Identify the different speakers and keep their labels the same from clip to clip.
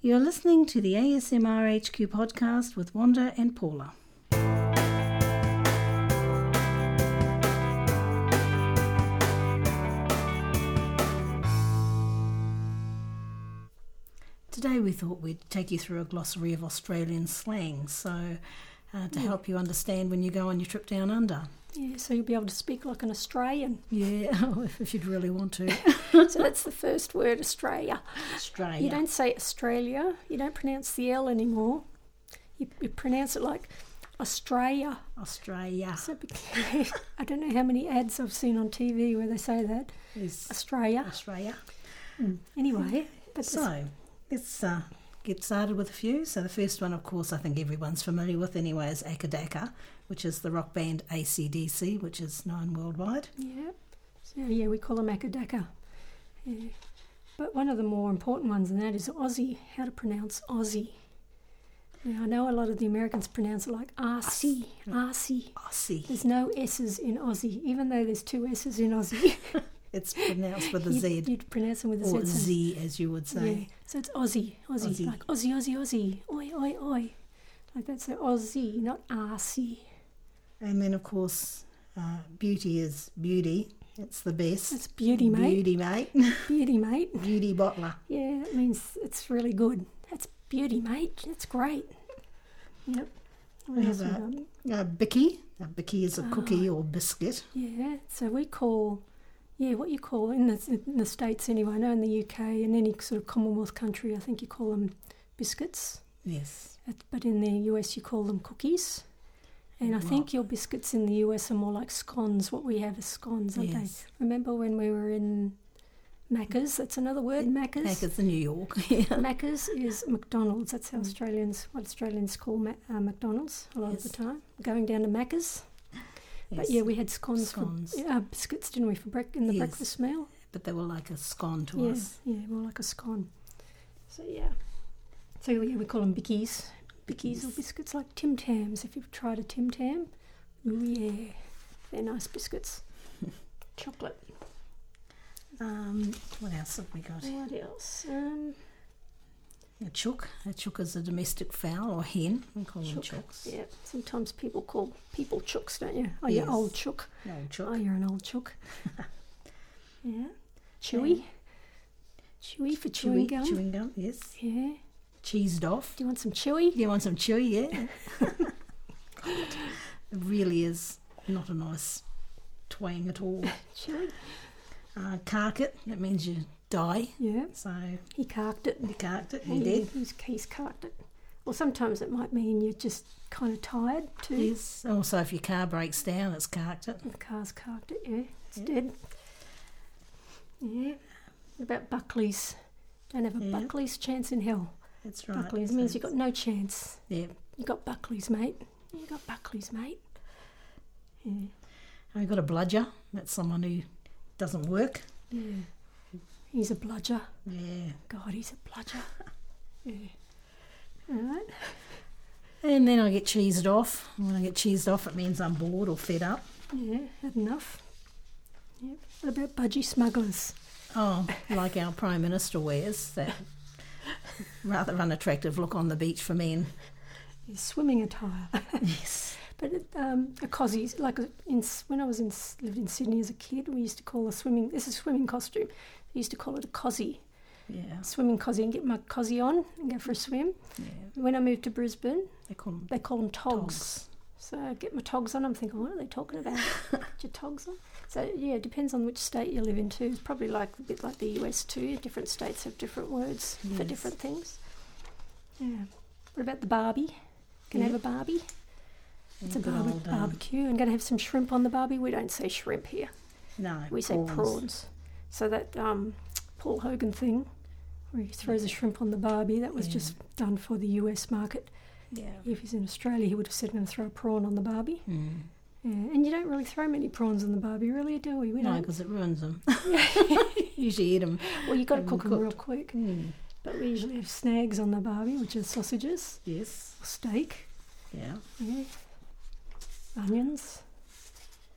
Speaker 1: You're listening to the ASMR HQ podcast with Wanda and Paula. Today, we thought we'd take you through a glossary of Australian slang so uh, to help you understand when you go on your trip down under.
Speaker 2: Yeah, so you'll be able to speak like an Australian.
Speaker 1: Yeah, if you'd really want to.
Speaker 2: so that's the first word, Australia.
Speaker 1: Australia.
Speaker 2: You don't say Australia. You don't pronounce the L anymore. You, you pronounce it like Australia.
Speaker 1: Australia.
Speaker 2: So be- I don't know how many ads I've seen on TV where they say that
Speaker 1: is
Speaker 2: Australia.
Speaker 1: Australia.
Speaker 2: Anyway, but this-
Speaker 1: So let's uh, get started with a few. So the first one, of course, I think everyone's familiar with anyway, is Akadaka, which is the rock band ACDC, which is known worldwide.
Speaker 2: yeah. So yeah, we call them Akadaka. Yeah. But one of the more important ones than that is Aussie. How to pronounce Aussie? Now I know a lot of the Americans pronounce it like RC, RC.
Speaker 1: Aussie.
Speaker 2: There's no S's in Aussie, even though there's two S's in Aussie.
Speaker 1: It's pronounced with a
Speaker 2: you'd,
Speaker 1: Z
Speaker 2: you'd pronounce them with a Z.
Speaker 1: or
Speaker 2: sound.
Speaker 1: Z, as you would
Speaker 2: Yeah.
Speaker 1: say.
Speaker 2: So it's Aussie, Aussie,
Speaker 1: Aussie.
Speaker 2: like Aussie, Aussie, Aussie, oi, oi, oi. Like that's the Aussie, not RC.
Speaker 1: And then, of course, uh, beauty is beauty. It's the best.
Speaker 2: That's beauty, mate.
Speaker 1: Beauty, mate.
Speaker 2: Beauty, mate.
Speaker 1: beauty bottler.
Speaker 2: Yeah, that means it's really good. That's beauty, mate. That's great. Yep. What
Speaker 1: We
Speaker 2: else
Speaker 1: have
Speaker 2: we
Speaker 1: a-
Speaker 2: got?
Speaker 1: Uh, Bicky. A Bicky is a
Speaker 2: Ah.
Speaker 1: cookie or biscuit.
Speaker 2: Yeah, so we call, yeah, what you call in the, in the States anyway, I know in the UK and any sort of Commonwealth country, I think you call them biscuits,
Speaker 1: Yes.
Speaker 2: It- but in the US you call them cookies. And I
Speaker 1: Wow.
Speaker 2: think your biscuits in the US are more like scones, what we have is scones, aren't
Speaker 1: Yes.
Speaker 2: they? Remember when we were in Macca's, that's another word, Macca's.
Speaker 1: Like it's in New York. yeah.
Speaker 2: Macca's is McDonald's. That's
Speaker 1: Mm.
Speaker 2: how Australians, what Australians call Ma- uh, McDonald's a lot of
Speaker 1: Yes.
Speaker 2: the time. Going down to Macca's. But
Speaker 1: Yes.
Speaker 2: yeah, we had scones,
Speaker 1: Scones.
Speaker 2: for uh, biscuits, didn't we, for break in the
Speaker 1: Yes.
Speaker 2: breakfast meal?
Speaker 1: but they were like a scone to
Speaker 2: yeah,
Speaker 1: us.
Speaker 2: yeah, more like a scone. So yeah, so yeah, we call them bickies, bickies or
Speaker 1: Bickies.
Speaker 2: biscuits like Tim Tams. If you've tried a Tim Tam, ooh yeah, they're nice biscuits. Chocolate.
Speaker 1: Um, what else have we got?
Speaker 2: What else? Um,
Speaker 1: A chook. A chook is a domestic fowl or hen. We call them
Speaker 2: Chook,
Speaker 1: chooks.
Speaker 2: yeah. Sometimes people call people chooks, don't you? Oh, yeah,
Speaker 1: Yes.
Speaker 2: old chook.
Speaker 1: No chook.
Speaker 2: Oh, you're an old chook. yeah. Chewy. Chewy for chewing
Speaker 1: Chewy-
Speaker 2: gum.
Speaker 1: Chewing gum. Yes.
Speaker 2: Yeah.
Speaker 1: Cheesed off.
Speaker 2: Do you want some chewy?
Speaker 1: You want some chewy? Yeah. it really is not a nice twang at all.
Speaker 2: Chewy.
Speaker 1: Uh, cark it. That means you die.
Speaker 2: Yeah.
Speaker 1: So
Speaker 2: He carked it.
Speaker 1: you carked it. You
Speaker 2: Yeah,
Speaker 1: did.
Speaker 2: He's, he's carked it. Well, sometimes it might mean you're just kind of tired too.
Speaker 1: Yes. Also, if your car breaks down, it's carked it.
Speaker 2: The car's carked it, yeah. It's
Speaker 1: Yeah.
Speaker 2: dead. Yeah. What about Buckley's? Don't have a
Speaker 1: Yeah.
Speaker 2: Buckley's chance in hell.
Speaker 1: That's right.
Speaker 2: Buckley's
Speaker 1: So
Speaker 2: means you've
Speaker 1: it's-
Speaker 2: got no chance.
Speaker 1: Yeah.
Speaker 2: You got Buckley's, mate. You got Buckley's, mate. Yeah.
Speaker 1: And we've got a bludger. That's someone who doesn't work.
Speaker 2: Yeah. He's a bludger.
Speaker 1: Yeah.
Speaker 2: God, he's a bludger. yeah. All right.
Speaker 1: And then I get cheesed off. And when I get cheesed off, it means I'm bored or fed up.
Speaker 2: Yeah, had enough. Yep. What about budgie smugglers?
Speaker 1: Oh, like our Prime Minister wears that rather unattractive look on the beach for men.
Speaker 2: His swimming attire.
Speaker 1: Yes.
Speaker 2: but it, um, a cosy, like a, in, S- when I was in S- lived in Sydney as a kid, we used to call a swimming. This is a swimming costume. We used to call it a cosy,
Speaker 1: Yeah.
Speaker 2: swimming cosy, and get my cosy on and go for a swim.
Speaker 1: yeah.
Speaker 2: When I moved to Brisbane,
Speaker 1: They call them
Speaker 2: they call them togs.
Speaker 1: togs.
Speaker 2: So I get my togs on. I'm thinking, what are they talking about? get your togs on. So yeah, it depends on which state you live in too. It's probably like a bit like the US too. Different states have different words for
Speaker 1: Yes.
Speaker 2: different things. Yeah. What about the Barbie? Can I have a Barbie? It's a
Speaker 1: Good
Speaker 2: barbe-
Speaker 1: old, um,
Speaker 2: barbecue. I'm going to have some shrimp on the Barbie. We don't say shrimp here.
Speaker 1: No.
Speaker 2: We say prawns. So that um, Paul Hogan thing, where he throws a shrimp on the Barbie, that was
Speaker 1: Yeah.
Speaker 2: just done for the US market.
Speaker 1: Yeah.
Speaker 2: If he's in Australia, he would have said, "I'm going to throw a prawn on the Barbie."
Speaker 1: Mm.
Speaker 2: Yeah, and you don't really throw many prawns in the barbie, really, do we? We
Speaker 1: No,
Speaker 2: don't.
Speaker 1: because it ruins them. Usually eat them.
Speaker 2: Well, you've got to
Speaker 1: they're
Speaker 2: cook them real
Speaker 1: cooked.
Speaker 2: quick. But we usually have snags on the barbie, which is sausages,
Speaker 1: Yes.
Speaker 2: steak,
Speaker 1: Yeah.
Speaker 2: yeah. onions,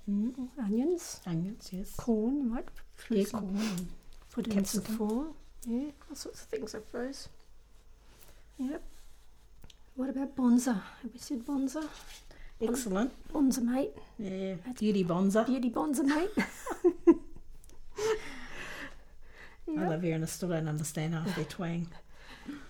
Speaker 1: Mm.
Speaker 2: onions,
Speaker 1: Onions, yes.
Speaker 2: Hmm. corn. Might throw
Speaker 1: Yeah,
Speaker 2: some-
Speaker 1: corn.
Speaker 2: put in some
Speaker 1: Capsicum.
Speaker 2: foil. Yeah, all sorts of things, I suppose. Yep. What about Bonza? Have we said Bonza?
Speaker 1: Excellent.
Speaker 2: Bonza, mate.
Speaker 1: Yeah. Beauty Bonza.
Speaker 2: Beauty Bonza, mate.
Speaker 1: I
Speaker 2: yep.
Speaker 1: live here and I still don't understand half their twang.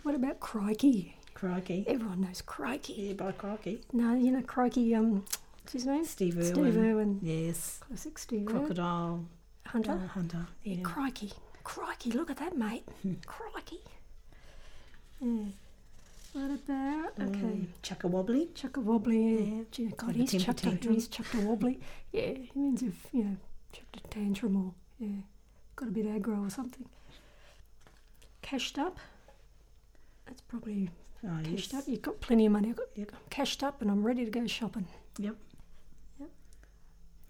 Speaker 2: What about Crikey?
Speaker 1: Crikey.
Speaker 2: Everyone knows Crikey.
Speaker 1: Yeah, by crikey.
Speaker 2: No, you know Crikey. Um, what's his name?
Speaker 1: Steve Irwin.
Speaker 2: Steve Irwin.
Speaker 1: Yes.
Speaker 2: Classic Steve Irwin.
Speaker 1: Crocodile
Speaker 2: Hunter.
Speaker 1: uh, Hunter.
Speaker 2: Yeah,
Speaker 1: Yeah.
Speaker 2: crikey, crikey, look at that, mate. crikey. Yeah. What about,
Speaker 1: Mm.
Speaker 2: okay,
Speaker 1: Chuck a wobbly.
Speaker 2: chuck a wobbly. Yeah.
Speaker 1: Yeah.
Speaker 2: Gee, God,
Speaker 1: a
Speaker 2: he's
Speaker 1: temper
Speaker 2: chucked, a,
Speaker 1: tantrum.
Speaker 2: he's chucked a wobbly. yeah, he means you've, you know, chucked a tantrum or, yeah, got a bit aggro or something. Cashed up. That's probably
Speaker 1: Oh,
Speaker 2: cashed
Speaker 1: yes.
Speaker 2: up. You've got plenty of money. I've got
Speaker 1: Yep.
Speaker 2: I'm cashed up and I'm ready to go shopping.
Speaker 1: Yep.
Speaker 2: Yep.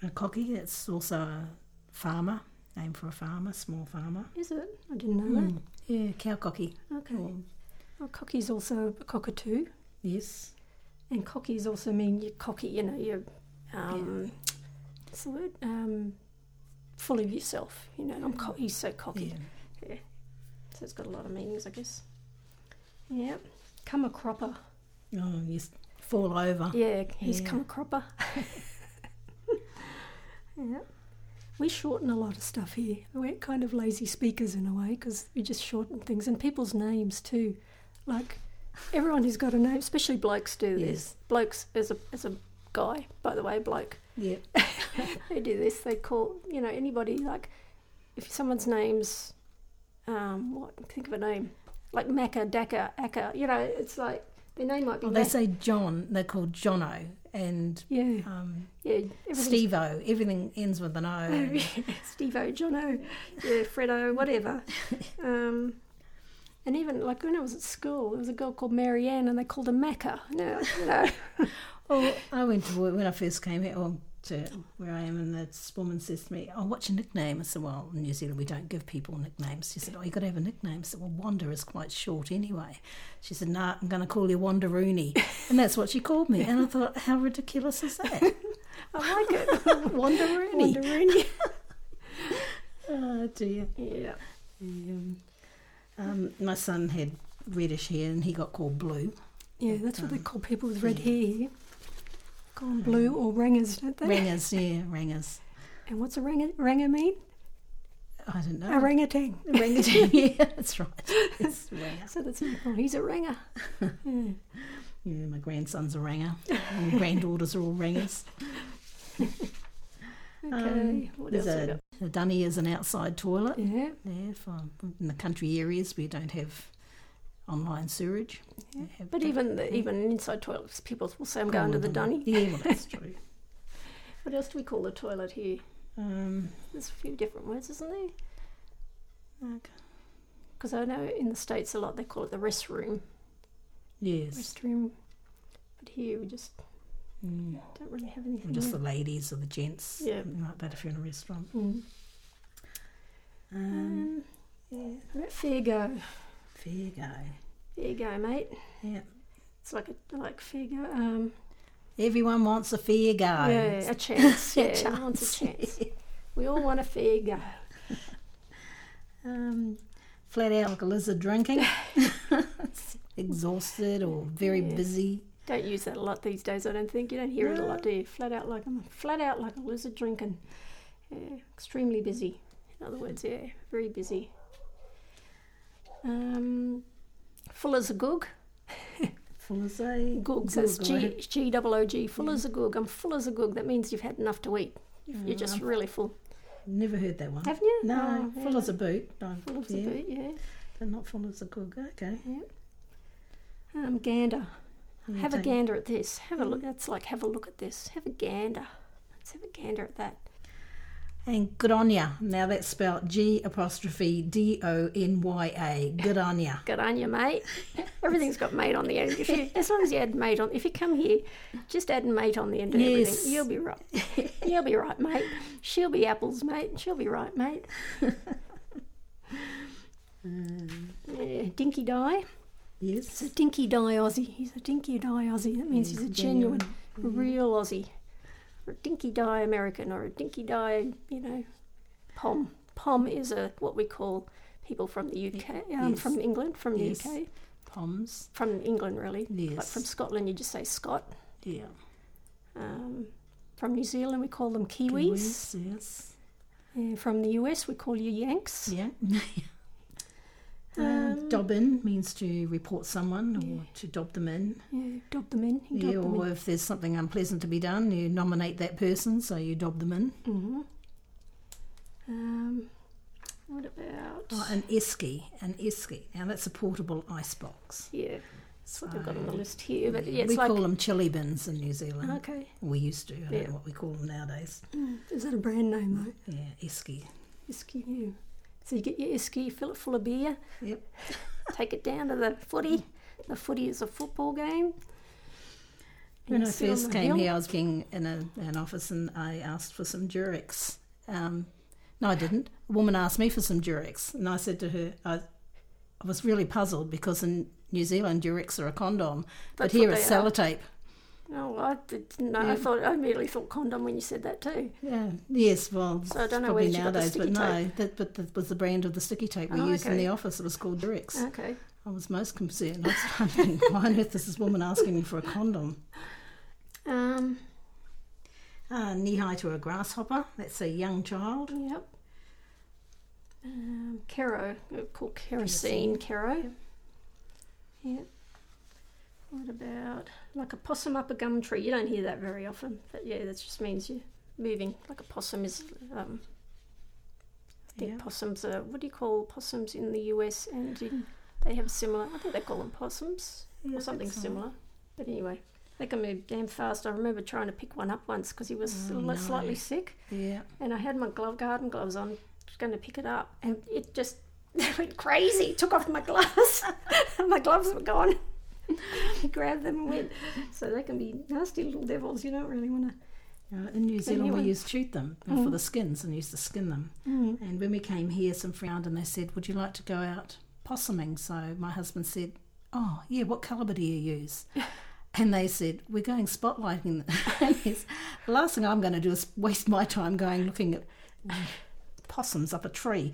Speaker 1: A cocky, it's also a farmer, named for a farmer, small farmer.
Speaker 2: Is it? I didn't know
Speaker 1: Mm. Yeah, cow cocky. Oh,
Speaker 2: that. Okay.
Speaker 1: Or-
Speaker 2: Well, cocky's also a cockatoo.
Speaker 1: Yes.
Speaker 2: And cockies also mean you're cocky, you know, you're, um, what's the word? Um, full of yourself, you know, I'm co- he's so cocky.
Speaker 1: Yeah.
Speaker 2: So it's got a lot of meanings, I guess. Yeah. Come a cropper.
Speaker 1: Oh, yes. Fall over.
Speaker 2: Yeah, Oh, he's
Speaker 1: Yeah.
Speaker 2: come a cropper. yeah. We shorten a lot of stuff here. We're kind of lazy speakers in a way because we just shorten things and people's names too. Like everyone who's got a name, especially blokes do this.
Speaker 1: Yes.
Speaker 2: Blokes as a as a guy, by the way, bloke.
Speaker 1: Yep.
Speaker 2: they do this. They call you know anybody like if someone's name's um, what think of a name like Macca, Dacca, Acca. You know, it's like their name might be.
Speaker 1: Well, Oh, they
Speaker 2: Mac-
Speaker 1: say John, they're called Jono, and
Speaker 2: yeah,
Speaker 1: um,
Speaker 2: yeah. everything's-
Speaker 1: Steve O. Everything ends with an O.
Speaker 2: Steve-O, Jono, yeah, Fredo, whatever. Um, and even like when I was at school, there was a girl called Marianne, and they called her Macca. No, no.
Speaker 1: Oh, I went to work when I first came here, well, to where I am, and this woman says to me, Oh, what's your nickname? I said, Well, in New Zealand, we don't give people nicknames. She said, Oh, you got to have a nickname. I said, Well, Wanda is quite short anyway. She said, Nah, I'm going to call you Wanda Rooney. And that's what she called me. And I thought, How ridiculous is that?
Speaker 2: I like it.
Speaker 1: Wanda Rooney.
Speaker 2: Wonder Rooney.
Speaker 1: Oh, dear.
Speaker 2: Yeah.
Speaker 1: Um, my son had reddish hair and he got called Blue.
Speaker 2: Yeah, that's what they call people with red hair here. Call 'em blue or ringers, don't they?
Speaker 1: Ringers, yeah, ringers.
Speaker 2: And what's a ringer, ringer mean?
Speaker 1: I don't know.
Speaker 2: A orangutan.
Speaker 1: Orangutan, yeah, that's right. It's ringer.
Speaker 2: So that's what they call- he's a ringer. Yeah.
Speaker 1: Yeah, my grandson's a ringer. My granddaughters are all ringers.
Speaker 2: Okay, what
Speaker 1: Um, There's
Speaker 2: else? we
Speaker 1: a,
Speaker 2: got?
Speaker 1: a dunny is an outside toilet.
Speaker 2: Yeah,
Speaker 1: Yeah, for in the country areas we don't have online sewerage.
Speaker 2: Yeah,
Speaker 1: They have
Speaker 2: but
Speaker 1: dun-
Speaker 2: even the, even inside toilets, people will say I'm going to the dunny.
Speaker 1: Yeah, well, that's true.
Speaker 2: What else do we call the toilet here?
Speaker 1: Um,
Speaker 2: There's a few different words, isn't there?
Speaker 1: okay.
Speaker 2: Because I know in the states a lot they call it the restroom.
Speaker 1: Yes,
Speaker 2: Restroom. But here we just
Speaker 1: mm.
Speaker 2: don't really have anything.
Speaker 1: and just the
Speaker 2: there.
Speaker 1: ladies or the gents,
Speaker 2: Mm. Yeah.
Speaker 1: something like that. If you're in a restaurant,
Speaker 2: Mm.
Speaker 1: um,
Speaker 2: Um,
Speaker 1: yeah,
Speaker 2: what about fair go,
Speaker 1: fair go.
Speaker 2: fair go, mate.
Speaker 1: Yeah,
Speaker 2: It's like a like fair go. Um,
Speaker 1: everyone wants a fair go.
Speaker 2: yeah, a chance. yeah,
Speaker 1: A
Speaker 2: everyone wants a chance. We all want a fair go.
Speaker 1: Um, flat out like a lizard drinking, exhausted or very
Speaker 2: Yeah.
Speaker 1: busy.
Speaker 2: Don't use that a lot these days. I don't think you don't hear it a lot, do you? Flat out like I'm flat out like a lizard drinking. Yeah, extremely busy. In other words, yeah, very busy. Um, full as a goog.
Speaker 1: Full as a
Speaker 2: Goog. So it's
Speaker 1: Google,
Speaker 2: G G double O G. Full as a goog. I'm full as a goog. That means you've had enough to eat. You're
Speaker 1: Mm,
Speaker 2: just really full,
Speaker 1: Never heard that one.
Speaker 2: haven't you?
Speaker 1: No,
Speaker 2: Oh,
Speaker 1: full
Speaker 2: yeah.
Speaker 1: as a boot. No,
Speaker 2: Full as
Speaker 1: yeah,
Speaker 2: a boot. Yeah.
Speaker 1: But not full as a cook. Okay.
Speaker 2: Um, gander.
Speaker 1: Yeah,
Speaker 2: Have a
Speaker 1: take-
Speaker 2: gander at this. Have a look. That's like have a look at this. Have a gander. Let's have a gander at that.
Speaker 1: And good on ya. Now that's spelled G apostrophe D O N Y A. Good on ya.
Speaker 2: Good on you, mate. Everything's got mate on the end. If you, as long as you add mate on, if you come here, just add mate on the end of
Speaker 1: Yes.
Speaker 2: everything. You'll be right. You'll be right, mate. She'll be apples, mate. She'll be right, mate. Mm. Yeah, dinky die.
Speaker 1: Yes.
Speaker 2: It's a dinky die Aussie. He's a dinky die Aussie. That means he's a genuine,
Speaker 1: Mm-hmm.
Speaker 2: real Aussie. Or a dinky die American or a dinky die, you know, pom. Pom is a what we call people from the UK, um,
Speaker 1: Yes.
Speaker 2: from England, from the
Speaker 1: Yes.
Speaker 2: UK.
Speaker 1: Poms.
Speaker 2: from England, really. But
Speaker 1: Yes.
Speaker 2: from Scotland, you just say Scot.
Speaker 1: yeah.
Speaker 2: Um, from New Zealand, we call them Kiwis.
Speaker 1: Kiwis, Yes.
Speaker 2: And from the US, we call you Yanks.
Speaker 1: Yeah. Uh,
Speaker 2: Um,
Speaker 1: dobbin means to report someone or
Speaker 2: Yeah.
Speaker 1: to dob them in.
Speaker 2: Yeah, dob them in. You dob
Speaker 1: Yeah,
Speaker 2: them
Speaker 1: or if there's something unpleasant to be done, you nominate that person, so you dob them in.
Speaker 2: in. Mhm. Um, what about?
Speaker 1: Oh, an esky, an esky. Now that's a portable ice box.
Speaker 2: yeah, that's what they've got on the
Speaker 1: So,
Speaker 2: list here. But yeah, it's
Speaker 1: we
Speaker 2: like
Speaker 1: call them chili bins in New Zealand.
Speaker 2: okay.
Speaker 1: We used to. I don't
Speaker 2: Yeah.
Speaker 1: know what we call them nowadays.
Speaker 2: Is that a brand name though?
Speaker 1: Yeah, esky.
Speaker 2: Isky. Yeah. So you get your isky, fill it full of beer,
Speaker 1: Yep.
Speaker 2: take it down to the footy. The footy is a football game. And
Speaker 1: When
Speaker 2: you
Speaker 1: I
Speaker 2: sit on
Speaker 1: first
Speaker 2: the
Speaker 1: came
Speaker 2: hill.
Speaker 1: here, I was being in a, an office and I asked for some Durex. Um, no, I didn't. A woman asked me for some Durex, and I said to her, I, I was really puzzled because in New Zealand, Durex are a condom, but
Speaker 2: That's
Speaker 1: here
Speaker 2: what
Speaker 1: it's
Speaker 2: they are.
Speaker 1: sellotape.
Speaker 2: No, Oh, I didn't know. I
Speaker 1: Yeah.
Speaker 2: thought I immediately thought condom when you said that too.
Speaker 1: Yeah. Yes. Well,
Speaker 2: So I don't know
Speaker 1: probably
Speaker 2: whether she got the
Speaker 1: nowadays, but
Speaker 2: sticky
Speaker 1: no, that but that was the brand of the sticky tape we
Speaker 2: Oh,
Speaker 1: used in
Speaker 2: okay. Uh.
Speaker 1: the office. It was called Durex.
Speaker 2: Okay.
Speaker 1: I was most concerned. I was wondering why on earth is this woman asking me for a condom?
Speaker 2: Um.
Speaker 1: Uh, knee high to a grasshopper. That's a young child.
Speaker 2: Yep. Um, Kero, uh, called kerosene, Kero. Yep. What about like a possum up a gum tree? You don't hear that very often, but yeah, that just means you're moving. Like a possum is, um, I think
Speaker 1: Yeah.
Speaker 2: possums are, what do you call possums in the US and in, they have similar, I think they call them possums
Speaker 1: Yeah,
Speaker 2: or something
Speaker 1: that's all.
Speaker 2: similar. But anyway, they can move damn fast. I remember trying to pick one up once because he was
Speaker 1: Oh,
Speaker 2: li-
Speaker 1: no.
Speaker 2: slightly sick
Speaker 1: Yeah.
Speaker 2: and I had my glove garden gloves on, just going to pick it up, and it just went crazy. Took off my gloves, my gloves were gone. He grabbed them and went. So they can be nasty little devils. You don't really want
Speaker 1: Uh, in New Zealand,
Speaker 2: anyway.
Speaker 1: we used to shoot them uh,
Speaker 2: Mm.
Speaker 1: for the skins and used to skin them.
Speaker 2: to.
Speaker 1: And when we came here, some friend and they said, "Would you like to go out possuming?" So my husband said, "Oh yeah, what calibre do you use?" And they said, "We're going spotlighting." yes. The last thing I'm going to do is waste my time going looking at possums up a tree.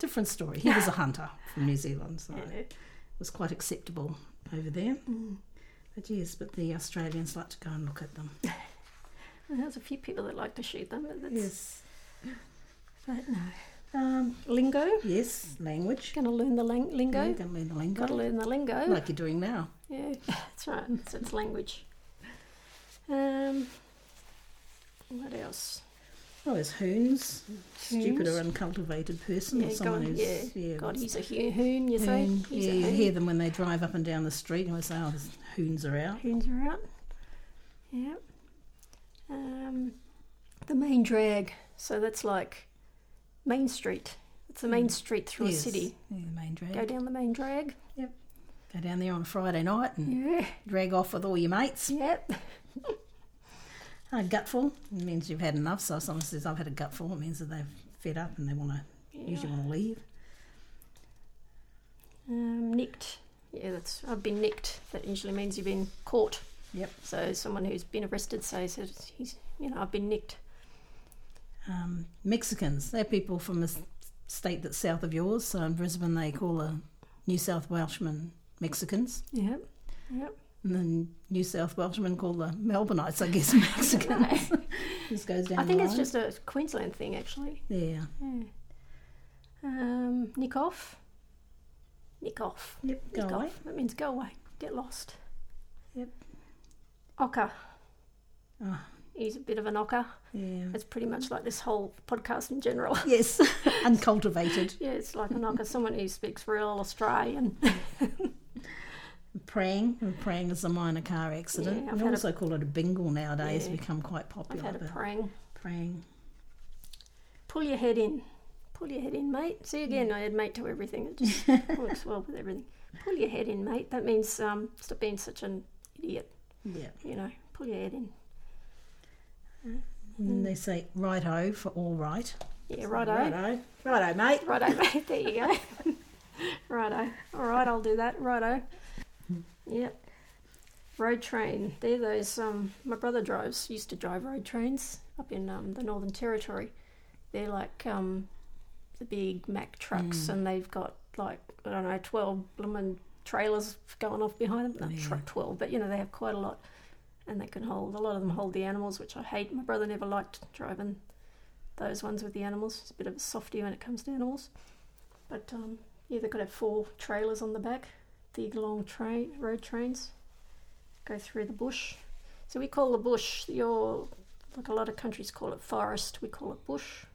Speaker 1: Different story. He was a hunter from New Zealand, so
Speaker 2: Yeah. Mm.
Speaker 1: it was quite acceptable over there. But yes, but the Australians like to go and look at them.
Speaker 2: And there's a few people that like to shoot them, but that's
Speaker 1: Yes.
Speaker 2: but no.
Speaker 1: Um,
Speaker 2: Lingo.
Speaker 1: yes, language.
Speaker 2: Going to learn the lang-
Speaker 1: Yeah,
Speaker 2: lingo.
Speaker 1: gonna learn the
Speaker 2: Got to
Speaker 1: lingo.
Speaker 2: learn the lingo.
Speaker 1: Like you're doing now.
Speaker 2: Yeah, that's right. It's, it's language. Um, what else?
Speaker 1: Oh, it's hoons. Stupid
Speaker 2: Hoons.
Speaker 1: or uncultivated person
Speaker 2: Yeah,
Speaker 1: or someone
Speaker 2: God,
Speaker 1: who's
Speaker 2: yeah, God, he's a hoo- hoon, you say?
Speaker 1: hoon.
Speaker 2: He's
Speaker 1: yeah,
Speaker 2: a
Speaker 1: you
Speaker 2: hoon.
Speaker 1: hear them when they drive up and down the street and you always say, Oh, this hoons are out.
Speaker 2: Hoons are out. Yep. Um, the main drag. So that's like Main Street. It's the main street through
Speaker 1: Mm. Yes.
Speaker 2: a city.
Speaker 1: Yeah, the main drag.
Speaker 2: Go down the main drag.
Speaker 1: Go down there on a Friday night and
Speaker 2: Yeah.
Speaker 1: drag off with all your mates.
Speaker 2: Yep.
Speaker 1: A gutful it means you've had enough. So if someone says, I've had a gutful, it means that they've fed up and they want to usually
Speaker 2: Yeah.
Speaker 1: want to leave.
Speaker 2: Um, nicked. Yeah, that's. I've been nicked. That usually means you've been caught.
Speaker 1: Yep.
Speaker 2: So someone who's been arrested says that he's, you know, I've been nicked.
Speaker 1: Um, Mexicans, they're people from a s- state that's south of yours. So in Brisbane, they call a New South Welshman Mexicans.
Speaker 2: Yep. Yep.
Speaker 1: And then New South Welshmen call the Melbourneites, I guess, Mexicans. Just goes down
Speaker 2: I think
Speaker 1: the
Speaker 2: it's
Speaker 1: line.
Speaker 2: just a Queensland thing, actually.
Speaker 1: Yeah.
Speaker 2: Yeah. Hmm. Um, nick off. Nick off.
Speaker 1: Yep, go
Speaker 2: Nick
Speaker 1: away.
Speaker 2: off. That means go away. Get lost.
Speaker 1: Yep.
Speaker 2: Ocker.
Speaker 1: Oh,
Speaker 2: He's a bit of an ocker.
Speaker 1: yeah.
Speaker 2: It's pretty much like this whole podcast in general.
Speaker 1: Yes, uncultivated.
Speaker 2: yeah, it's like an ocker, someone who speaks real Australian.
Speaker 1: Praying. And praying is a minor car accident.
Speaker 2: Yeah, I've
Speaker 1: we
Speaker 2: had a-
Speaker 1: also call it a bingle nowadays,
Speaker 2: Yeah.
Speaker 1: become quite
Speaker 2: I've
Speaker 1: popular.
Speaker 2: had a
Speaker 1: but
Speaker 2: prang.
Speaker 1: praying.
Speaker 2: Pull your head in. Pull your head in, mate.
Speaker 1: Hmm.
Speaker 2: See again, I add mate to everything. It just works well with everything. Pull your head in, mate. That means um, stop being such an idiot.
Speaker 1: Yeah.
Speaker 2: You know, pull your head in.
Speaker 1: And they say righto for all right.
Speaker 2: Mm. Yeah,
Speaker 1: So
Speaker 2: righto.
Speaker 1: Righto. Righto, mate.
Speaker 2: Righto, mate. There you go. righto. All right, I'll do that. Righto. Yep. Road train. They're those. Um, my brother drives. Used to drive road trains up in um, the Northern Territory. They're like um, the big Mack trucks, and they've got like I don't know, twelve bloomin' trailers going off behind them. Not tra-
Speaker 1: Yeah.
Speaker 2: 12, but you know, they have quite a lot and they can hold, a lot of them hold the animals, which I hate. My brother never liked driving those ones with the animals. He's a bit of a softy when it comes to animals. But um, yeah, they could have four trailers on the back, the long train, road trains go through the bush. So we call the bush, your, like a lot of countries call it forest, we call it bush.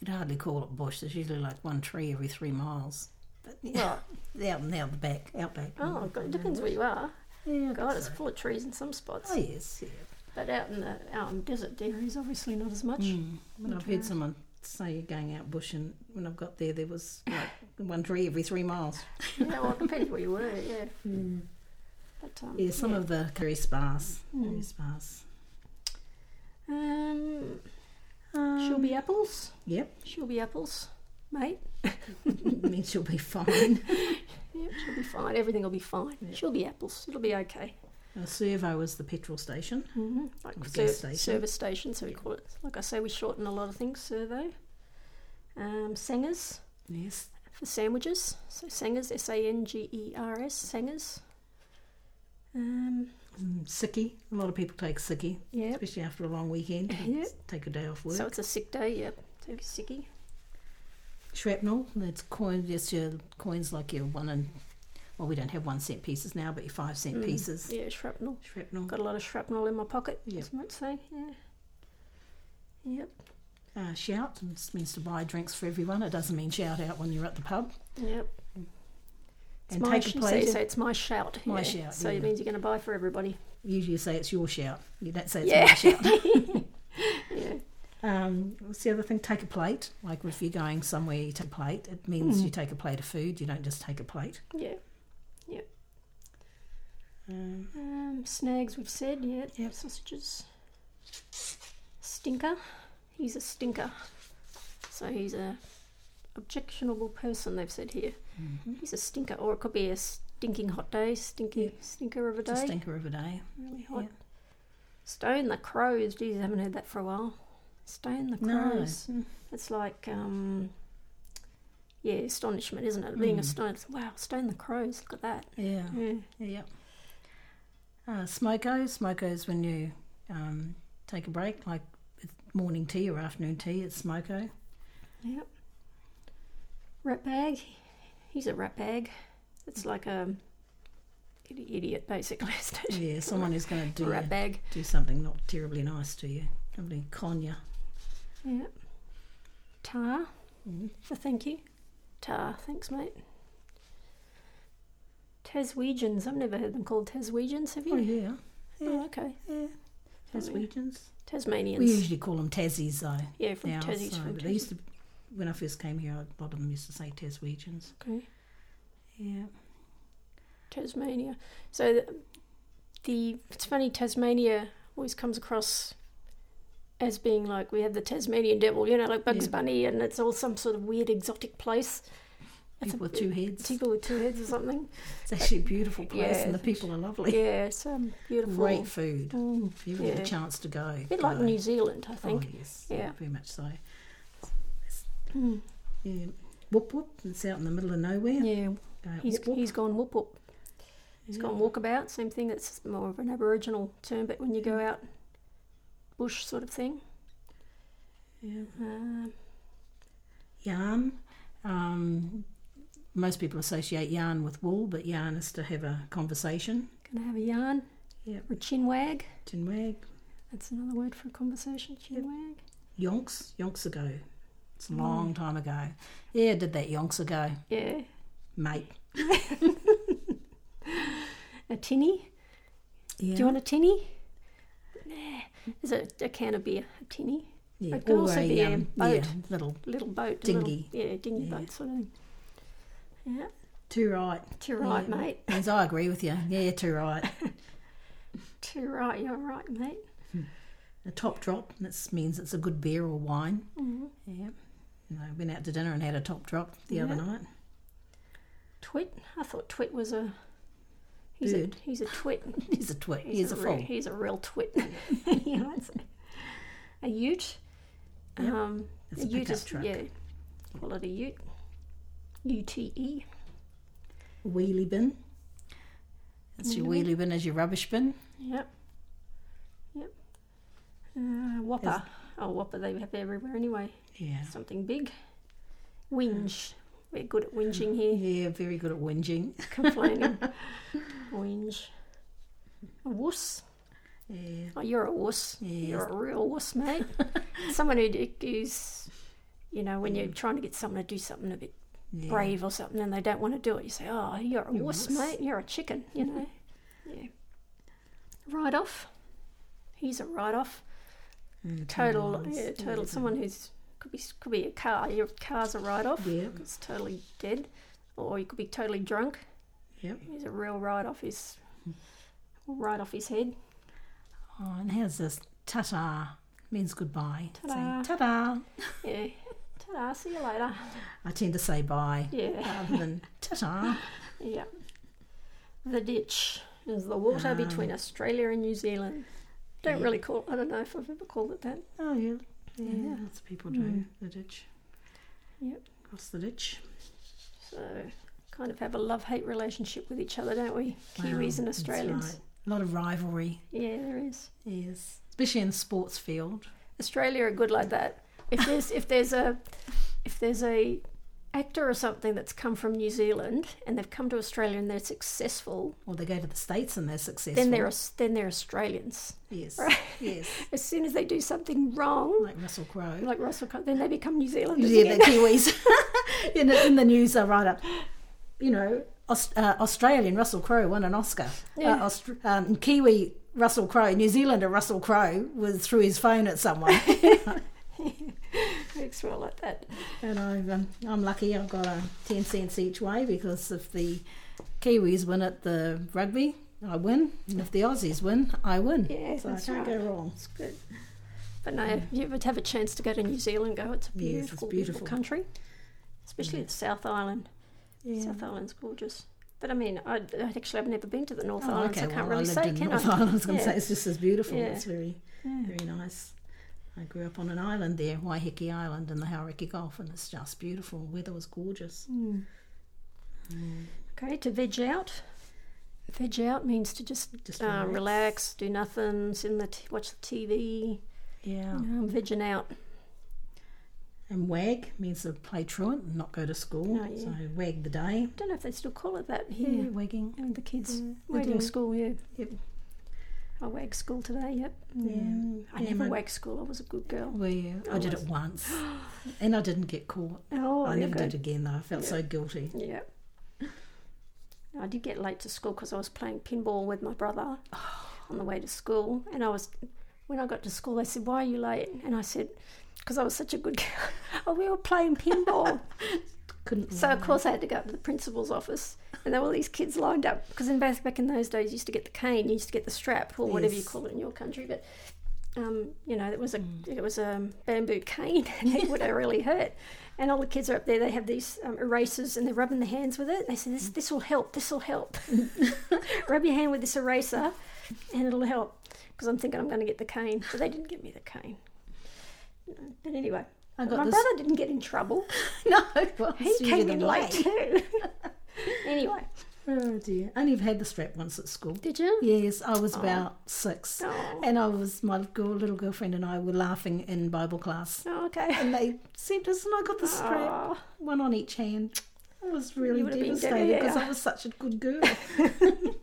Speaker 1: You'd hardly call it bush. There's usually like one tree every three miles. But yeah,
Speaker 2: Well,
Speaker 1: out and out the back, out back.
Speaker 2: oh, God, it depends where you are.
Speaker 1: Yeah, I
Speaker 2: God,
Speaker 1: guess
Speaker 2: it's
Speaker 1: so.
Speaker 2: full of trees in some spots.
Speaker 1: Oh yes, yeah.
Speaker 2: But out in the out in desert there is obviously not as much.
Speaker 1: Mm. When I've
Speaker 2: Okay.
Speaker 1: heard someone say going out bushing, when I've got there, there was like one tree every three miles.
Speaker 2: yeah, well, it depends where you were, yeah. But, um,
Speaker 1: Yeah, some
Speaker 2: Hmm. yeah.
Speaker 1: of the very sparse, very
Speaker 2: Mm.
Speaker 1: sparse.
Speaker 2: Um, she'll
Speaker 1: Um,
Speaker 2: be apples.
Speaker 1: Yep,
Speaker 2: She'll be apples, mate.
Speaker 1: I mean she'll be fine.
Speaker 2: Yeah, she'll be fine. Everything will be fine.
Speaker 1: Yeah.
Speaker 2: She'll be apples. It'll be okay.
Speaker 1: Uh, Servo was the petrol station.
Speaker 2: Mm-hmm. Like
Speaker 1: Or gas
Speaker 2: ser-
Speaker 1: station.
Speaker 2: service station, so we call it. Like I say, we shorten a lot of things. Servo. Um, sangers
Speaker 1: Yes,
Speaker 2: for sandwiches. So sangers, S-A-N-G-E-R-S, E sangers. Um,
Speaker 1: mm, sickie. A lot of people take sickie,
Speaker 2: yeah.
Speaker 1: especially after a long weekend.
Speaker 2: Yep.
Speaker 1: Take a day off work.
Speaker 2: So it's a sick day. Yep. So it's sicky.
Speaker 1: Shrapnel, that's coin, just your coins like your one and, well, we don't have one cent pieces now, but your five cent
Speaker 2: Mm.
Speaker 1: pieces.
Speaker 2: Yeah, shrapnel.
Speaker 1: Shrapnel.
Speaker 2: Got a lot of shrapnel in my pocket.
Speaker 1: Yep.
Speaker 2: As much say. Yeah. Yep.
Speaker 1: Uh, shout and this means to buy drinks for everyone. It doesn't mean shout out when you're at the pub.
Speaker 2: Yep. It's
Speaker 1: And
Speaker 2: my
Speaker 1: take a
Speaker 2: so you
Speaker 1: plate.
Speaker 2: say it's my shout.
Speaker 1: My
Speaker 2: yeah.
Speaker 1: shout,
Speaker 2: So
Speaker 1: yeah.
Speaker 2: it means you're going to buy for everybody.
Speaker 1: Usually you say it's your shout. You don't say it's
Speaker 2: Yeah.
Speaker 1: my shout.
Speaker 2: Yeah.
Speaker 1: Um, what's the other thing? Take a plate. Like if you're going somewhere, you take a plate. It
Speaker 2: Mm.
Speaker 1: means you take a plate of food. You don't just take a plate.
Speaker 2: Yeah.
Speaker 1: Um,
Speaker 2: Um, snags, we've said. Yeah.
Speaker 1: Yep.
Speaker 2: Sausages. Stinker. He's a stinker. So he's a objectionable person. They've said here.
Speaker 1: Mm-hmm.
Speaker 2: He's a stinker, or it could be a stinking hot day, stinky
Speaker 1: Yeah.
Speaker 2: stinker of a
Speaker 1: it's a
Speaker 2: day.
Speaker 1: stinker of a day.
Speaker 2: Really hot.
Speaker 1: Yeah.
Speaker 2: Stone the crows. Geez, I haven't heard that for a while. Stone the
Speaker 1: No.
Speaker 2: crows.
Speaker 1: Mm.
Speaker 2: It's like, um, yeah, astonishment, isn't it? Being
Speaker 1: Mm. Oh.
Speaker 2: astonished. Wow, stone the crows. Look at that.
Speaker 1: Yeah.
Speaker 2: Yeah.
Speaker 1: Yeah. Uh, smoko. Smoko's when you um, take a break, like with morning tea or afternoon tea. It's smoko.
Speaker 2: Yep. Rat bag. He's a rat bag. It's like a idi- idiot, basically. isn't
Speaker 1: Yeah, someone who's going
Speaker 2: it?
Speaker 1: to do
Speaker 2: rat
Speaker 1: you,
Speaker 2: bag.
Speaker 1: do something not terribly nice to you. Somebody con you.
Speaker 2: Yep. Tar
Speaker 1: Mm.
Speaker 2: for thank you. Tar, thanks, mate. Taswegians. I've never heard them called Taswegians. Have you?
Speaker 1: Oh yeah,
Speaker 2: Oh, okay.
Speaker 1: yeah. Taswegians.
Speaker 2: Tasmanians.
Speaker 1: We usually call them Tassies though.
Speaker 2: yeah, from
Speaker 1: now,
Speaker 2: Tassie's
Speaker 1: so,
Speaker 2: from
Speaker 1: but they used
Speaker 2: Tassie.
Speaker 1: to, when I first came here, a lot of them used to say Taswegians.
Speaker 2: Okay.
Speaker 1: Yeah.
Speaker 2: Tasmania. So the, the it's funny Tasmania always comes across as being like we have the Tasmanian devil, you know, like Bugs
Speaker 1: Yeah.
Speaker 2: Bunny, and it's all some sort of weird exotic place. It's a-
Speaker 1: People with two heads.
Speaker 2: People with two heads or something.
Speaker 1: It's actually a beautiful place,
Speaker 2: Yeah,
Speaker 1: and the
Speaker 2: it's actually-
Speaker 1: people are lovely.
Speaker 2: yeah, it's um, beautiful.
Speaker 1: Great food.
Speaker 2: Mm,
Speaker 1: If you ever get
Speaker 2: Yeah.
Speaker 1: a chance to go,
Speaker 2: a bit like
Speaker 1: go.
Speaker 2: New Zealand, I think.
Speaker 1: Oh, yes.
Speaker 2: Yeah.
Speaker 1: Very much so.
Speaker 2: Mm.
Speaker 1: Yeah. Whoop whoop. It's out in the middle of nowhere.
Speaker 2: Yeah,
Speaker 1: Go out,
Speaker 2: he's
Speaker 1: whoop, whoop.
Speaker 2: he's gone whoop whoop. It's
Speaker 1: Yeah.
Speaker 2: gone walkabout, same thing. That's more of an Aboriginal term, but when you
Speaker 1: Mm.
Speaker 2: go out bush sort of thing.
Speaker 1: Yeah.
Speaker 2: Um,
Speaker 1: Yarn. Um, most people associate yarn with wool, but yarn is to have a conversation.
Speaker 2: gonna have a yarn.
Speaker 1: Yep.
Speaker 2: Or a chin wag.
Speaker 1: Tinwag.
Speaker 2: That's another word for a conversation. Chin
Speaker 1: Yep.
Speaker 2: wag.
Speaker 1: Yonks. Yonks ago. It's a
Speaker 2: Mm.
Speaker 1: long time ago. Yeah, did that yonks ago,
Speaker 2: Yeah.
Speaker 1: mate.
Speaker 2: A tinny.
Speaker 1: Yeah.
Speaker 2: Do you want a tinny? Nah. There's a, a can of beer. A tinny.
Speaker 1: yeah.
Speaker 2: it could
Speaker 1: or
Speaker 2: also
Speaker 1: a,
Speaker 2: be a
Speaker 1: um,
Speaker 2: boat.
Speaker 1: Yeah, little
Speaker 2: Little boat. a
Speaker 1: Dinghy.
Speaker 2: Little, yeah, dinghy
Speaker 1: Yeah.
Speaker 2: boat sort of thing. Yeah.
Speaker 1: too right.
Speaker 2: To right,
Speaker 1: Yeah.
Speaker 2: mate.
Speaker 1: Means I agree with you. Yeah, too right.
Speaker 2: To right. You're right, mate.
Speaker 1: A top drop. This means it's a good beer or wine.
Speaker 2: hmm
Speaker 1: Yeah. And I went out to dinner and had a top drop the other
Speaker 2: Yeah.
Speaker 1: night.
Speaker 2: Twit. I thought twit was a. He's
Speaker 1: Bird.
Speaker 2: a he's a twit.
Speaker 1: Here's a twit. Here's a
Speaker 2: real,
Speaker 1: fool.
Speaker 2: He's a real twit. You know, it's a, a ute.
Speaker 1: Yep.
Speaker 2: Um,
Speaker 1: It's a
Speaker 2: ute
Speaker 1: pickup
Speaker 2: is-
Speaker 1: truck.
Speaker 2: Yeah, call it a ute. U T E.
Speaker 1: wheelie bin. That's your
Speaker 2: Wheelie
Speaker 1: wheelie bin is your rubbish bin.
Speaker 2: Yep. Yep. Uh, whopper. Oh, whopper they have everywhere anyway.
Speaker 1: Yeah.
Speaker 2: Something big. Whinge. We're good at whinging here.
Speaker 1: Yeah, very good at whinging.
Speaker 2: Complaining. Whinge. A wuss.
Speaker 1: Yeah.
Speaker 2: Oh, you're a wuss. You're
Speaker 1: Yes.
Speaker 2: a real wuss, mate. Someone who d- who's, you know, when you're trying to get someone to do something a bit
Speaker 1: Yeah.
Speaker 2: brave or something and they don't want to do it, you say, oh, you're a
Speaker 1: You're a
Speaker 2: wuss,
Speaker 1: wuss."
Speaker 2: mate. You're a chicken, you know. yeah. Write off. He's a write off.
Speaker 1: Mm,
Speaker 2: Total,
Speaker 1: totals.
Speaker 2: yeah, total. Someone who's could be could be a car. Your car's a write off.
Speaker 1: Yeah.
Speaker 2: It's totally dead, or you could be totally drunk.
Speaker 1: Yep.
Speaker 2: He's a real write off. He's right off his head.
Speaker 1: Oh, and how's this? Ta-ta means goodbye.
Speaker 2: Ta-da.
Speaker 1: Saying ta-da.
Speaker 2: Yeah. Ta-da. See you later.
Speaker 1: I tend to say bye
Speaker 2: Yeah.
Speaker 1: rather than ta-ta.
Speaker 2: Yeah. The ditch is the water
Speaker 1: Ah.
Speaker 2: between Australia and New Zealand. Don't
Speaker 1: Yeah.
Speaker 2: really call. I don't know if I've ever called it that.
Speaker 1: Oh yeah, yeah.
Speaker 2: Yeah.
Speaker 1: Lots of people do
Speaker 2: Mm.
Speaker 1: the ditch.
Speaker 2: Yep.
Speaker 1: Cross the ditch.
Speaker 2: So kind of have a love-hate relationship with each other, don't we?
Speaker 1: Wow,
Speaker 2: Kiwis and
Speaker 1: that's
Speaker 2: Australians.
Speaker 1: right. A lot of rivalry.
Speaker 2: Yeah, there is.
Speaker 1: Yes. Especially in the sports field.
Speaker 2: Australia are good like that. If there's if there's a if there's a actor or something that's come from New Zealand and they've come to Australia and they're successful,
Speaker 1: Or they go to the states and they're successful.
Speaker 2: then they're Aus- then they're Australians.
Speaker 1: yes,
Speaker 2: Right.
Speaker 1: yes.
Speaker 2: As soon as they do something wrong,
Speaker 1: Like Russell Crowe.
Speaker 2: like Russell, Crowe, then they become New Zealanders
Speaker 1: yeah,
Speaker 2: again.
Speaker 1: the Kiwis. in, the, in the news, I write up, you know, Aus- uh, Australian Russell Crowe won an Oscar.
Speaker 2: Yeah.
Speaker 1: Uh, Aust- um, Kiwi Russell Crowe, New Zealander Russell Crowe, was threw his phone at someone.
Speaker 2: Works well like that.
Speaker 1: and I've, um, I'm lucky I've got a 10 cents each way because if the Kiwis win at the rugby, I win. And if the Aussies win, I win.
Speaker 2: Yeah,
Speaker 1: so I
Speaker 2: that's
Speaker 1: can't
Speaker 2: right.
Speaker 1: go wrong.
Speaker 2: It's good. But no, if you ever have a chance to go to New Zealand, go. It's a
Speaker 1: Yes,
Speaker 2: beautiful,
Speaker 1: it's
Speaker 2: beautiful,
Speaker 1: beautiful.
Speaker 2: country, especially the South Island. South Island's gorgeous. But I mean, I, I actually I've never been to the North
Speaker 1: Oh,
Speaker 2: Island,
Speaker 1: okay.
Speaker 2: so I can't
Speaker 1: well,
Speaker 2: really
Speaker 1: I lived
Speaker 2: say,
Speaker 1: in
Speaker 2: can
Speaker 1: North
Speaker 2: I?
Speaker 1: Island. I was going to
Speaker 2: Yeah.
Speaker 1: say it's just as beautiful.
Speaker 2: Yeah.
Speaker 1: It's very, very nice. I grew up on an island there, Waiheke Island, in the Hauraki Gulf, and it's just beautiful. Weather was gorgeous.
Speaker 2: Hmm.
Speaker 1: Hmm.
Speaker 2: Okay, to veg out. Veg out means to just,
Speaker 1: Just
Speaker 2: uh,
Speaker 1: relax.
Speaker 2: relax. do nothing, sit in the t- watch the TV.
Speaker 1: Yeah.
Speaker 2: Um, vegging out.
Speaker 1: And wag means to play truant and not go to school.
Speaker 2: Oh, yeah.
Speaker 1: So wag the day.
Speaker 2: Don't know if they still call it that
Speaker 1: Yeah,
Speaker 2: here.
Speaker 1: wagging.
Speaker 2: I mean, the kids
Speaker 1: Yeah, they
Speaker 2: waiting
Speaker 1: do.
Speaker 2: school. Yeah.
Speaker 1: Yep.
Speaker 2: I wag school today. Yep.
Speaker 1: Yeah.
Speaker 2: Mm, I
Speaker 1: Yeah,
Speaker 2: never
Speaker 1: my-
Speaker 2: wag school. I was a good girl.
Speaker 1: Well, yeah, I
Speaker 2: Oh,
Speaker 1: did
Speaker 2: was-
Speaker 1: it once, and I didn't get caught.
Speaker 2: Oh,
Speaker 1: I never
Speaker 2: okay.
Speaker 1: did again though. I felt so guilty.
Speaker 2: Yeah. I did get late to school because I was playing pinball with my brother on the way to school, and I was. When I got to school, they said, "Why are you late?" And I said, "Because I was such a good girl. oh, we were playing pinball."
Speaker 1: Couldn't.
Speaker 2: so of course I had to go up to the principal's office, and there were all these kids lined up. Because in back back in those days, you used to get the cane, you used to get the strap, or whatever you
Speaker 1: Yes.
Speaker 2: call it in your country, but. Um, you know, it was a
Speaker 1: Mm.
Speaker 2: it was a bamboo cane, and it would have really hurt. And all the kids are up there. They have these um, erasers, and they're rubbing their hands with it. They say, "This this will help. This will help. Rub your hand with this eraser, and it'll help." Because I'm thinking I'm going to get the cane, but they didn't give me the cane. But anyway,
Speaker 1: I
Speaker 2: my
Speaker 1: got this.
Speaker 2: brother didn't get in trouble.
Speaker 1: No, well,
Speaker 2: He
Speaker 1: you
Speaker 2: came
Speaker 1: get
Speaker 2: in
Speaker 1: away.
Speaker 2: late too. anyway,
Speaker 1: Oh dear! I only had the strap once at school.
Speaker 2: did you?
Speaker 1: Yes, I was about six,
Speaker 2: Oh.
Speaker 1: and I was my girl, little girlfriend, and I were laughing in Bible class,
Speaker 2: Oh, okay.
Speaker 1: and they sent us, and I got the strap,
Speaker 2: Oh,
Speaker 1: one on each hand. I was really
Speaker 2: You would've been
Speaker 1: devastated
Speaker 2: dead,
Speaker 1: because
Speaker 2: yeah.
Speaker 1: I was such a good girl,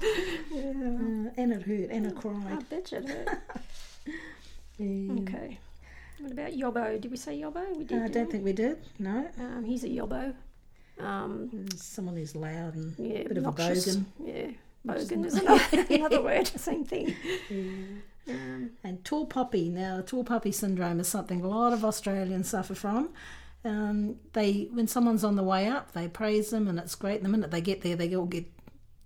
Speaker 1: Uh, and it hurt, and I
Speaker 2: I
Speaker 1: cried.
Speaker 2: bet you did.
Speaker 1: Yeah.
Speaker 2: Oh. Okay. What about Yobbo? Did we say Yobbo? We did.
Speaker 1: Uh, I
Speaker 2: didn't
Speaker 1: don't think we did. No,
Speaker 2: we? Um, he's a Yobbo. Um,
Speaker 1: someone who's loud and
Speaker 2: yeah,
Speaker 1: bit of a
Speaker 2: obnoxious.
Speaker 1: bogan.
Speaker 2: Yeah, bogan is another, another word. Same thing. Um,
Speaker 1: And tall poppy. Now, tall poppy syndrome is something a lot of Australians suffer from. Um, they, when someone's on the way up, they praise them, and it's great. The minute they get there, they all get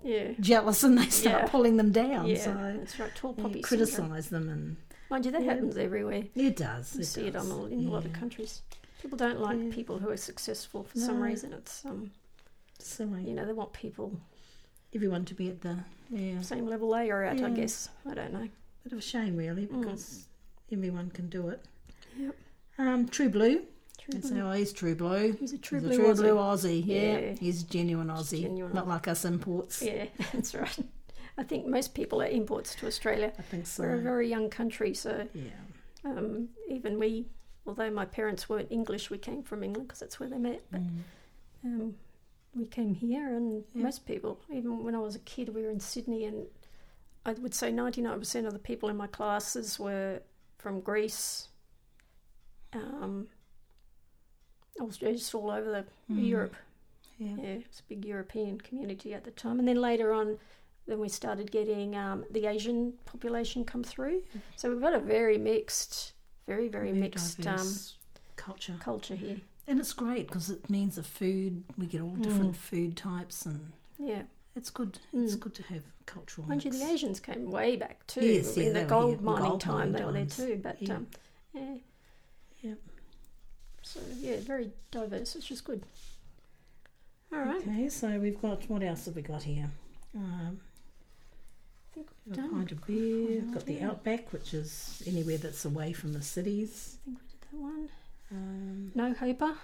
Speaker 2: yeah.
Speaker 1: jealous and they start
Speaker 2: Yeah.
Speaker 1: pulling them down.
Speaker 2: Yeah,
Speaker 1: So
Speaker 2: that's right. Tall
Speaker 1: you
Speaker 2: poppy syndrome.
Speaker 1: criticise them, and
Speaker 2: Mind you, that
Speaker 1: Yeah.
Speaker 2: happens everywhere.
Speaker 1: it does.
Speaker 2: You
Speaker 1: It
Speaker 2: see it
Speaker 1: does.
Speaker 2: on a, in a lot of
Speaker 1: Yeah.
Speaker 2: countries. People don't like
Speaker 1: Yeah.
Speaker 2: people who are successful for some
Speaker 1: No.
Speaker 2: reason. It's um,
Speaker 1: Silly.
Speaker 2: you know, they want people
Speaker 1: uh, Everyone to be at the yeah.
Speaker 2: same level they are at. I
Speaker 1: Yeah.
Speaker 2: guess I don't know.
Speaker 1: Bit of a shame, really,
Speaker 2: Mm.
Speaker 1: because everyone can do it.
Speaker 2: Yep.
Speaker 1: Um, True Blue.
Speaker 2: True
Speaker 1: That's
Speaker 2: blue.
Speaker 1: how he's true blue.
Speaker 2: He's a true
Speaker 1: he's
Speaker 2: blue.
Speaker 1: a true
Speaker 2: Aussie.
Speaker 1: blue Aussie. Yeah.
Speaker 2: Yeah.
Speaker 1: he's a genuine
Speaker 2: He's
Speaker 1: Aussie,
Speaker 2: genuine
Speaker 1: not
Speaker 2: Aussie.
Speaker 1: like us imports.
Speaker 2: Yeah, that's right. I think most people are imports to Australia.
Speaker 1: I think so.
Speaker 2: We're a very young country, so
Speaker 1: yeah,
Speaker 2: um, even we, although my parents weren't English, we came from England because that's where they met. But
Speaker 1: Mm.
Speaker 2: um, we came here, and
Speaker 1: Yeah.
Speaker 2: most people, even when I was a kid, we were in Sydney, and I would say 99% of the people in my classes were from Greece. Um, I was just all over the
Speaker 1: Mm.
Speaker 2: Europe.
Speaker 1: yeah.
Speaker 2: Yeah, it's a big European community at the time, and then later on, then we started getting um, the Asian population come through.
Speaker 1: Mm-hmm.
Speaker 2: So we've got a very mixed, very very, mixed um,
Speaker 1: diverse culture,
Speaker 2: culture here.
Speaker 1: and it's great because it means the food. We get all different food types, and
Speaker 2: Yeah,
Speaker 1: it's good. It's
Speaker 2: Mm.
Speaker 1: good to have cultural.
Speaker 2: mind you,
Speaker 1: mix.
Speaker 2: the Asians came way back too.
Speaker 1: Yes, yeah,
Speaker 2: in
Speaker 1: they
Speaker 2: the
Speaker 1: were
Speaker 2: gold
Speaker 1: here, the
Speaker 2: mining
Speaker 1: gold
Speaker 2: time,
Speaker 1: mining
Speaker 2: they were there
Speaker 1: times.
Speaker 2: too. But
Speaker 1: Yeah.
Speaker 2: um, yeah,
Speaker 1: Yep.
Speaker 2: So yeah, very diverse, which is good. All right,
Speaker 1: Okay, so we've got what else have we got here? Um,
Speaker 2: I think
Speaker 1: we've
Speaker 2: we've
Speaker 1: got a
Speaker 2: done.
Speaker 1: pint of beer. We've got the outback, which is anywhere that's away from the cities.
Speaker 2: I think we did that one.
Speaker 1: Um,
Speaker 2: No hoper.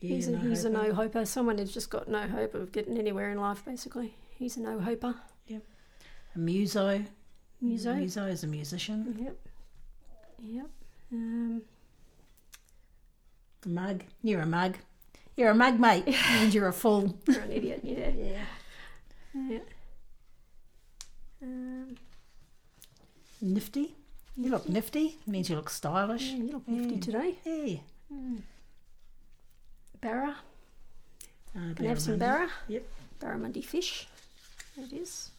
Speaker 1: yeah,
Speaker 2: he's a, he's a
Speaker 1: hope.
Speaker 2: no hoper. Someone who's just got no hope of getting anywhere in life, basically. He's a no hoper.
Speaker 1: A muso.
Speaker 2: Muso.
Speaker 1: Mm, Muso is a musician.
Speaker 2: Yep. Yep. Um, Mm.
Speaker 1: A mug. You're a mug. You're a mug, mate. and you're a fool.
Speaker 2: you're an idiot. Yeah.
Speaker 1: Yeah.
Speaker 2: Yeah. Um,
Speaker 1: Nifty. You look nifty. means you look
Speaker 2: yeah,
Speaker 1: stylish.
Speaker 2: you look nifty
Speaker 1: Mm.
Speaker 2: today.
Speaker 1: Yeah.
Speaker 2: Mm. Barra.
Speaker 1: Uh,
Speaker 2: Can I have some
Speaker 1: barramundi.
Speaker 2: barra?
Speaker 1: Yep.
Speaker 2: Barramundi fish. There it is.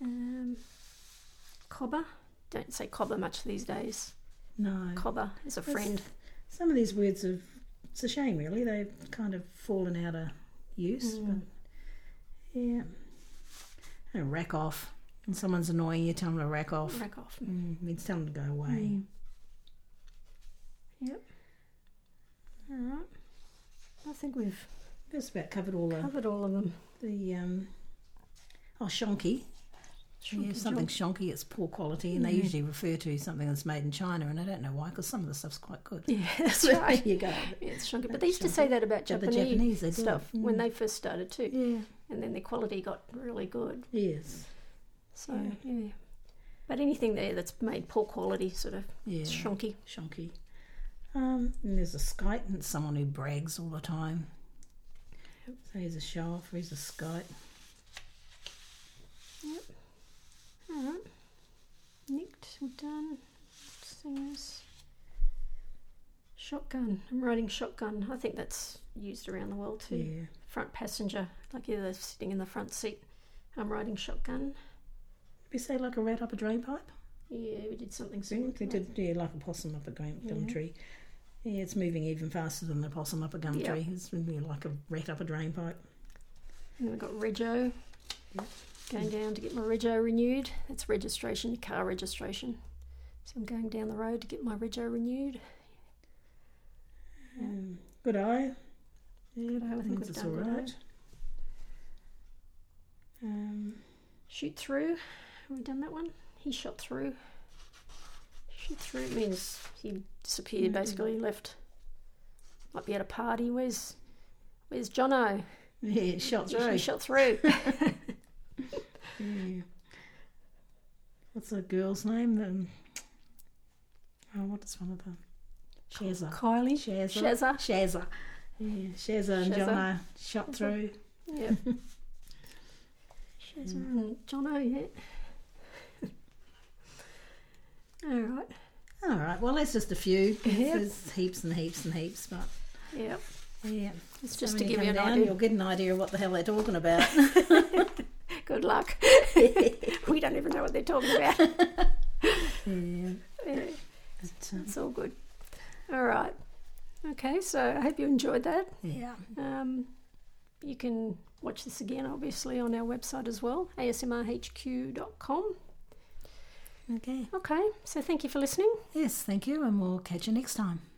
Speaker 2: Um, cobber. Don't say cobber much these days.
Speaker 1: No.
Speaker 2: Cobber is a
Speaker 1: That's-
Speaker 2: friend.
Speaker 1: Some of these words have, it's a shame really, they've kind of fallen out of use.
Speaker 2: Mm.
Speaker 1: But yeah. And rack off. When someone's annoying you, tell them to rack off.
Speaker 2: Rack off.
Speaker 1: Mm, means tell them to go away.
Speaker 2: Mm. Yep. All right. I think we've
Speaker 1: That's about covered all the,
Speaker 2: Mm. covered all of them.
Speaker 1: the um, oh, shonky.
Speaker 2: Shonky
Speaker 1: yeah, something shonky, it's poor quality, and they
Speaker 2: Yeah.
Speaker 1: usually refer to something that's made in China, and I don't know why, because some of the stuff's quite good.
Speaker 2: Yeah, that's right.
Speaker 1: you go.
Speaker 2: Yeah, it's shonky. But they used to say that about
Speaker 1: Yeah, the
Speaker 2: Japanese,
Speaker 1: Japanese, they do.
Speaker 2: stuff when
Speaker 1: Mm.
Speaker 2: they first started too,
Speaker 1: Yeah.
Speaker 2: and then the quality got really good.
Speaker 1: Yes.
Speaker 2: So
Speaker 1: Yeah.
Speaker 2: yeah. But anything there that's made poor quality, sort of
Speaker 1: Yeah.
Speaker 2: it's shonky.
Speaker 1: Shonky. Um, and there's a skite, and it's someone who brags all the time. So he's a show off, he's a skite.
Speaker 2: All right. Nicked. We're done. Singers. Shotgun. I'm writing shotgun. I think that's used around the world too.
Speaker 1: Yeah.
Speaker 2: front passenger, like yeah, they're sitting in the front seat. I'm riding shotgun.
Speaker 1: We say like a rat up a drainpipe.
Speaker 2: Yeah, we did something
Speaker 1: They
Speaker 2: similar. to that.
Speaker 1: did, yeah, like a possum up a gum, gum
Speaker 2: Yeah.
Speaker 1: tree. Yeah, it's moving even faster than the possum up a gum
Speaker 2: Yeah.
Speaker 1: tree. It's really like a rat up a drainpipe.
Speaker 2: And we've got Rego.
Speaker 1: Yeah.
Speaker 2: Going down to get my Rego renewed. That's registration, car registration. So I'm going down the road to get my Rego renewed. Yeah.
Speaker 1: Um, good eye. Yeah,
Speaker 2: Good eye, I think
Speaker 1: means
Speaker 2: we've
Speaker 1: it's all
Speaker 2: done good eye.
Speaker 1: right. Um,
Speaker 2: Shoot through. Have we done that one? He shot through. Shoot through means he disappeared
Speaker 1: Mm.
Speaker 2: basically, left. Might be at a party. Where's where's Jono?
Speaker 1: yeah, shot
Speaker 2: He-
Speaker 1: through.
Speaker 2: He shot through.
Speaker 1: Yeah. What's the girl's name? Um, oh, what is one of them? Shazza.
Speaker 2: Kylie.
Speaker 1: Shazza.
Speaker 2: Shazza.
Speaker 1: Shazza. Yeah, Shazza and
Speaker 2: Shazza.
Speaker 1: Jono shot through.
Speaker 2: Yeah. Shazza
Speaker 1: Mm.
Speaker 2: and Jono, yeah. All right.
Speaker 1: All right, well, that's just a few.
Speaker 2: Yeah.
Speaker 1: There's heaps and heaps and heaps, but
Speaker 2: Yeah.
Speaker 1: yeah.
Speaker 2: It's
Speaker 1: So
Speaker 2: just
Speaker 1: when
Speaker 2: to give
Speaker 1: come
Speaker 2: you an
Speaker 1: down,
Speaker 2: idea.
Speaker 1: You'll get an idea of what the hell they're talking about.
Speaker 2: Good luck. we don't even know what they're talking about.
Speaker 1: yeah.
Speaker 2: Yeah,
Speaker 1: But, um,
Speaker 2: it's all good. All right. Okay, so I hope you enjoyed that.
Speaker 1: yeah.
Speaker 2: Um, you can watch this again, obviously, on our website as well, asmrhq.com.
Speaker 1: Okay.
Speaker 2: Okay, so thank you for listening.
Speaker 1: Yes, thank you, and we'll catch you next time.